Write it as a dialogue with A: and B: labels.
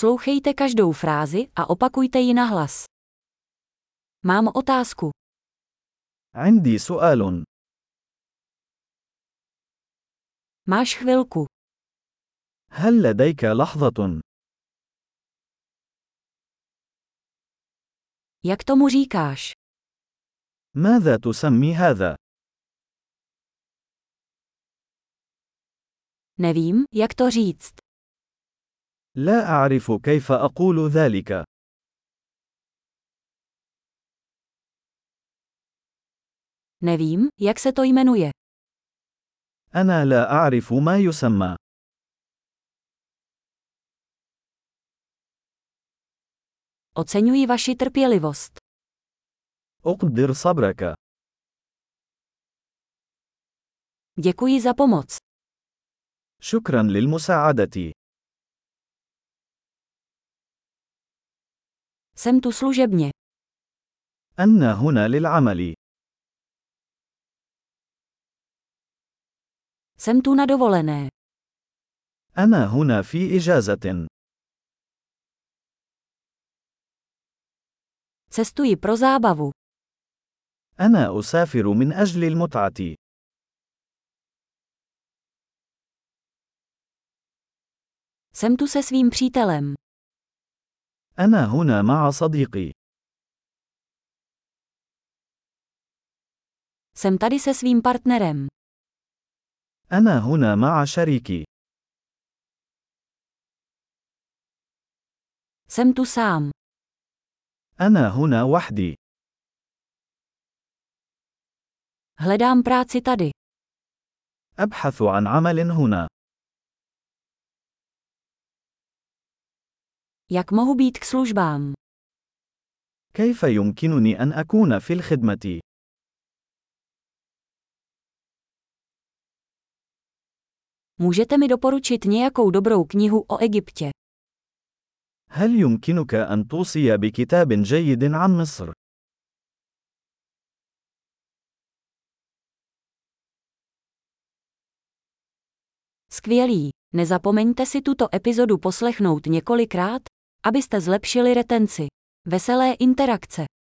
A: Poslouchejte každou frázi a opakujte ji nahlas. Mám otázku.
B: عندي سؤال.
A: Máš chvilku.
B: هل لديك لحظة؟
A: Jak tomu říkáš?
B: ماذا تسمي هذا؟
A: Nevím, jak to říct.
B: لا أعرف كيف أقول ذلك.
A: Nevím, jak se to jmenuje.
B: أنا لا أعرف ما يسمى.
A: Oceňuji vaši trpělivost.
B: أقدر صبرك.
A: Děkuji za pomoc.
B: شكرا للمساعدة.
A: Jsem tu služebně.
B: أنا هنا للعمل.
A: Jsem tu na dovolené.
B: أنا هنا في إجازة.
A: Cestuji pro zábavu.
B: أنا أسافر من أجل المتعة.
A: Jsem tu se svým přítelem.
B: أنا هنا مع صديقي.
A: Jsem tady se svým partnerem.
B: أنا هنا مع شريكي.
A: Jsem tu sám.
B: أنا هنا وحدي.
A: Hledám práci tady.
B: أبحث عن عمل هنا.
A: Jak mohu být k službám?
B: كيف يمكنني أن أكون في الخدمة؟
A: Můžete mi doporučit nějakou dobrou knihu o Egyptě?
B: هل يمكنك أن توصي بكتاب جيد عن مصر؟
A: Skvělý! Nezapomeňte si tuto epizodu poslechnout několikrát, abyste zlepšili retenci. Veselé interakce!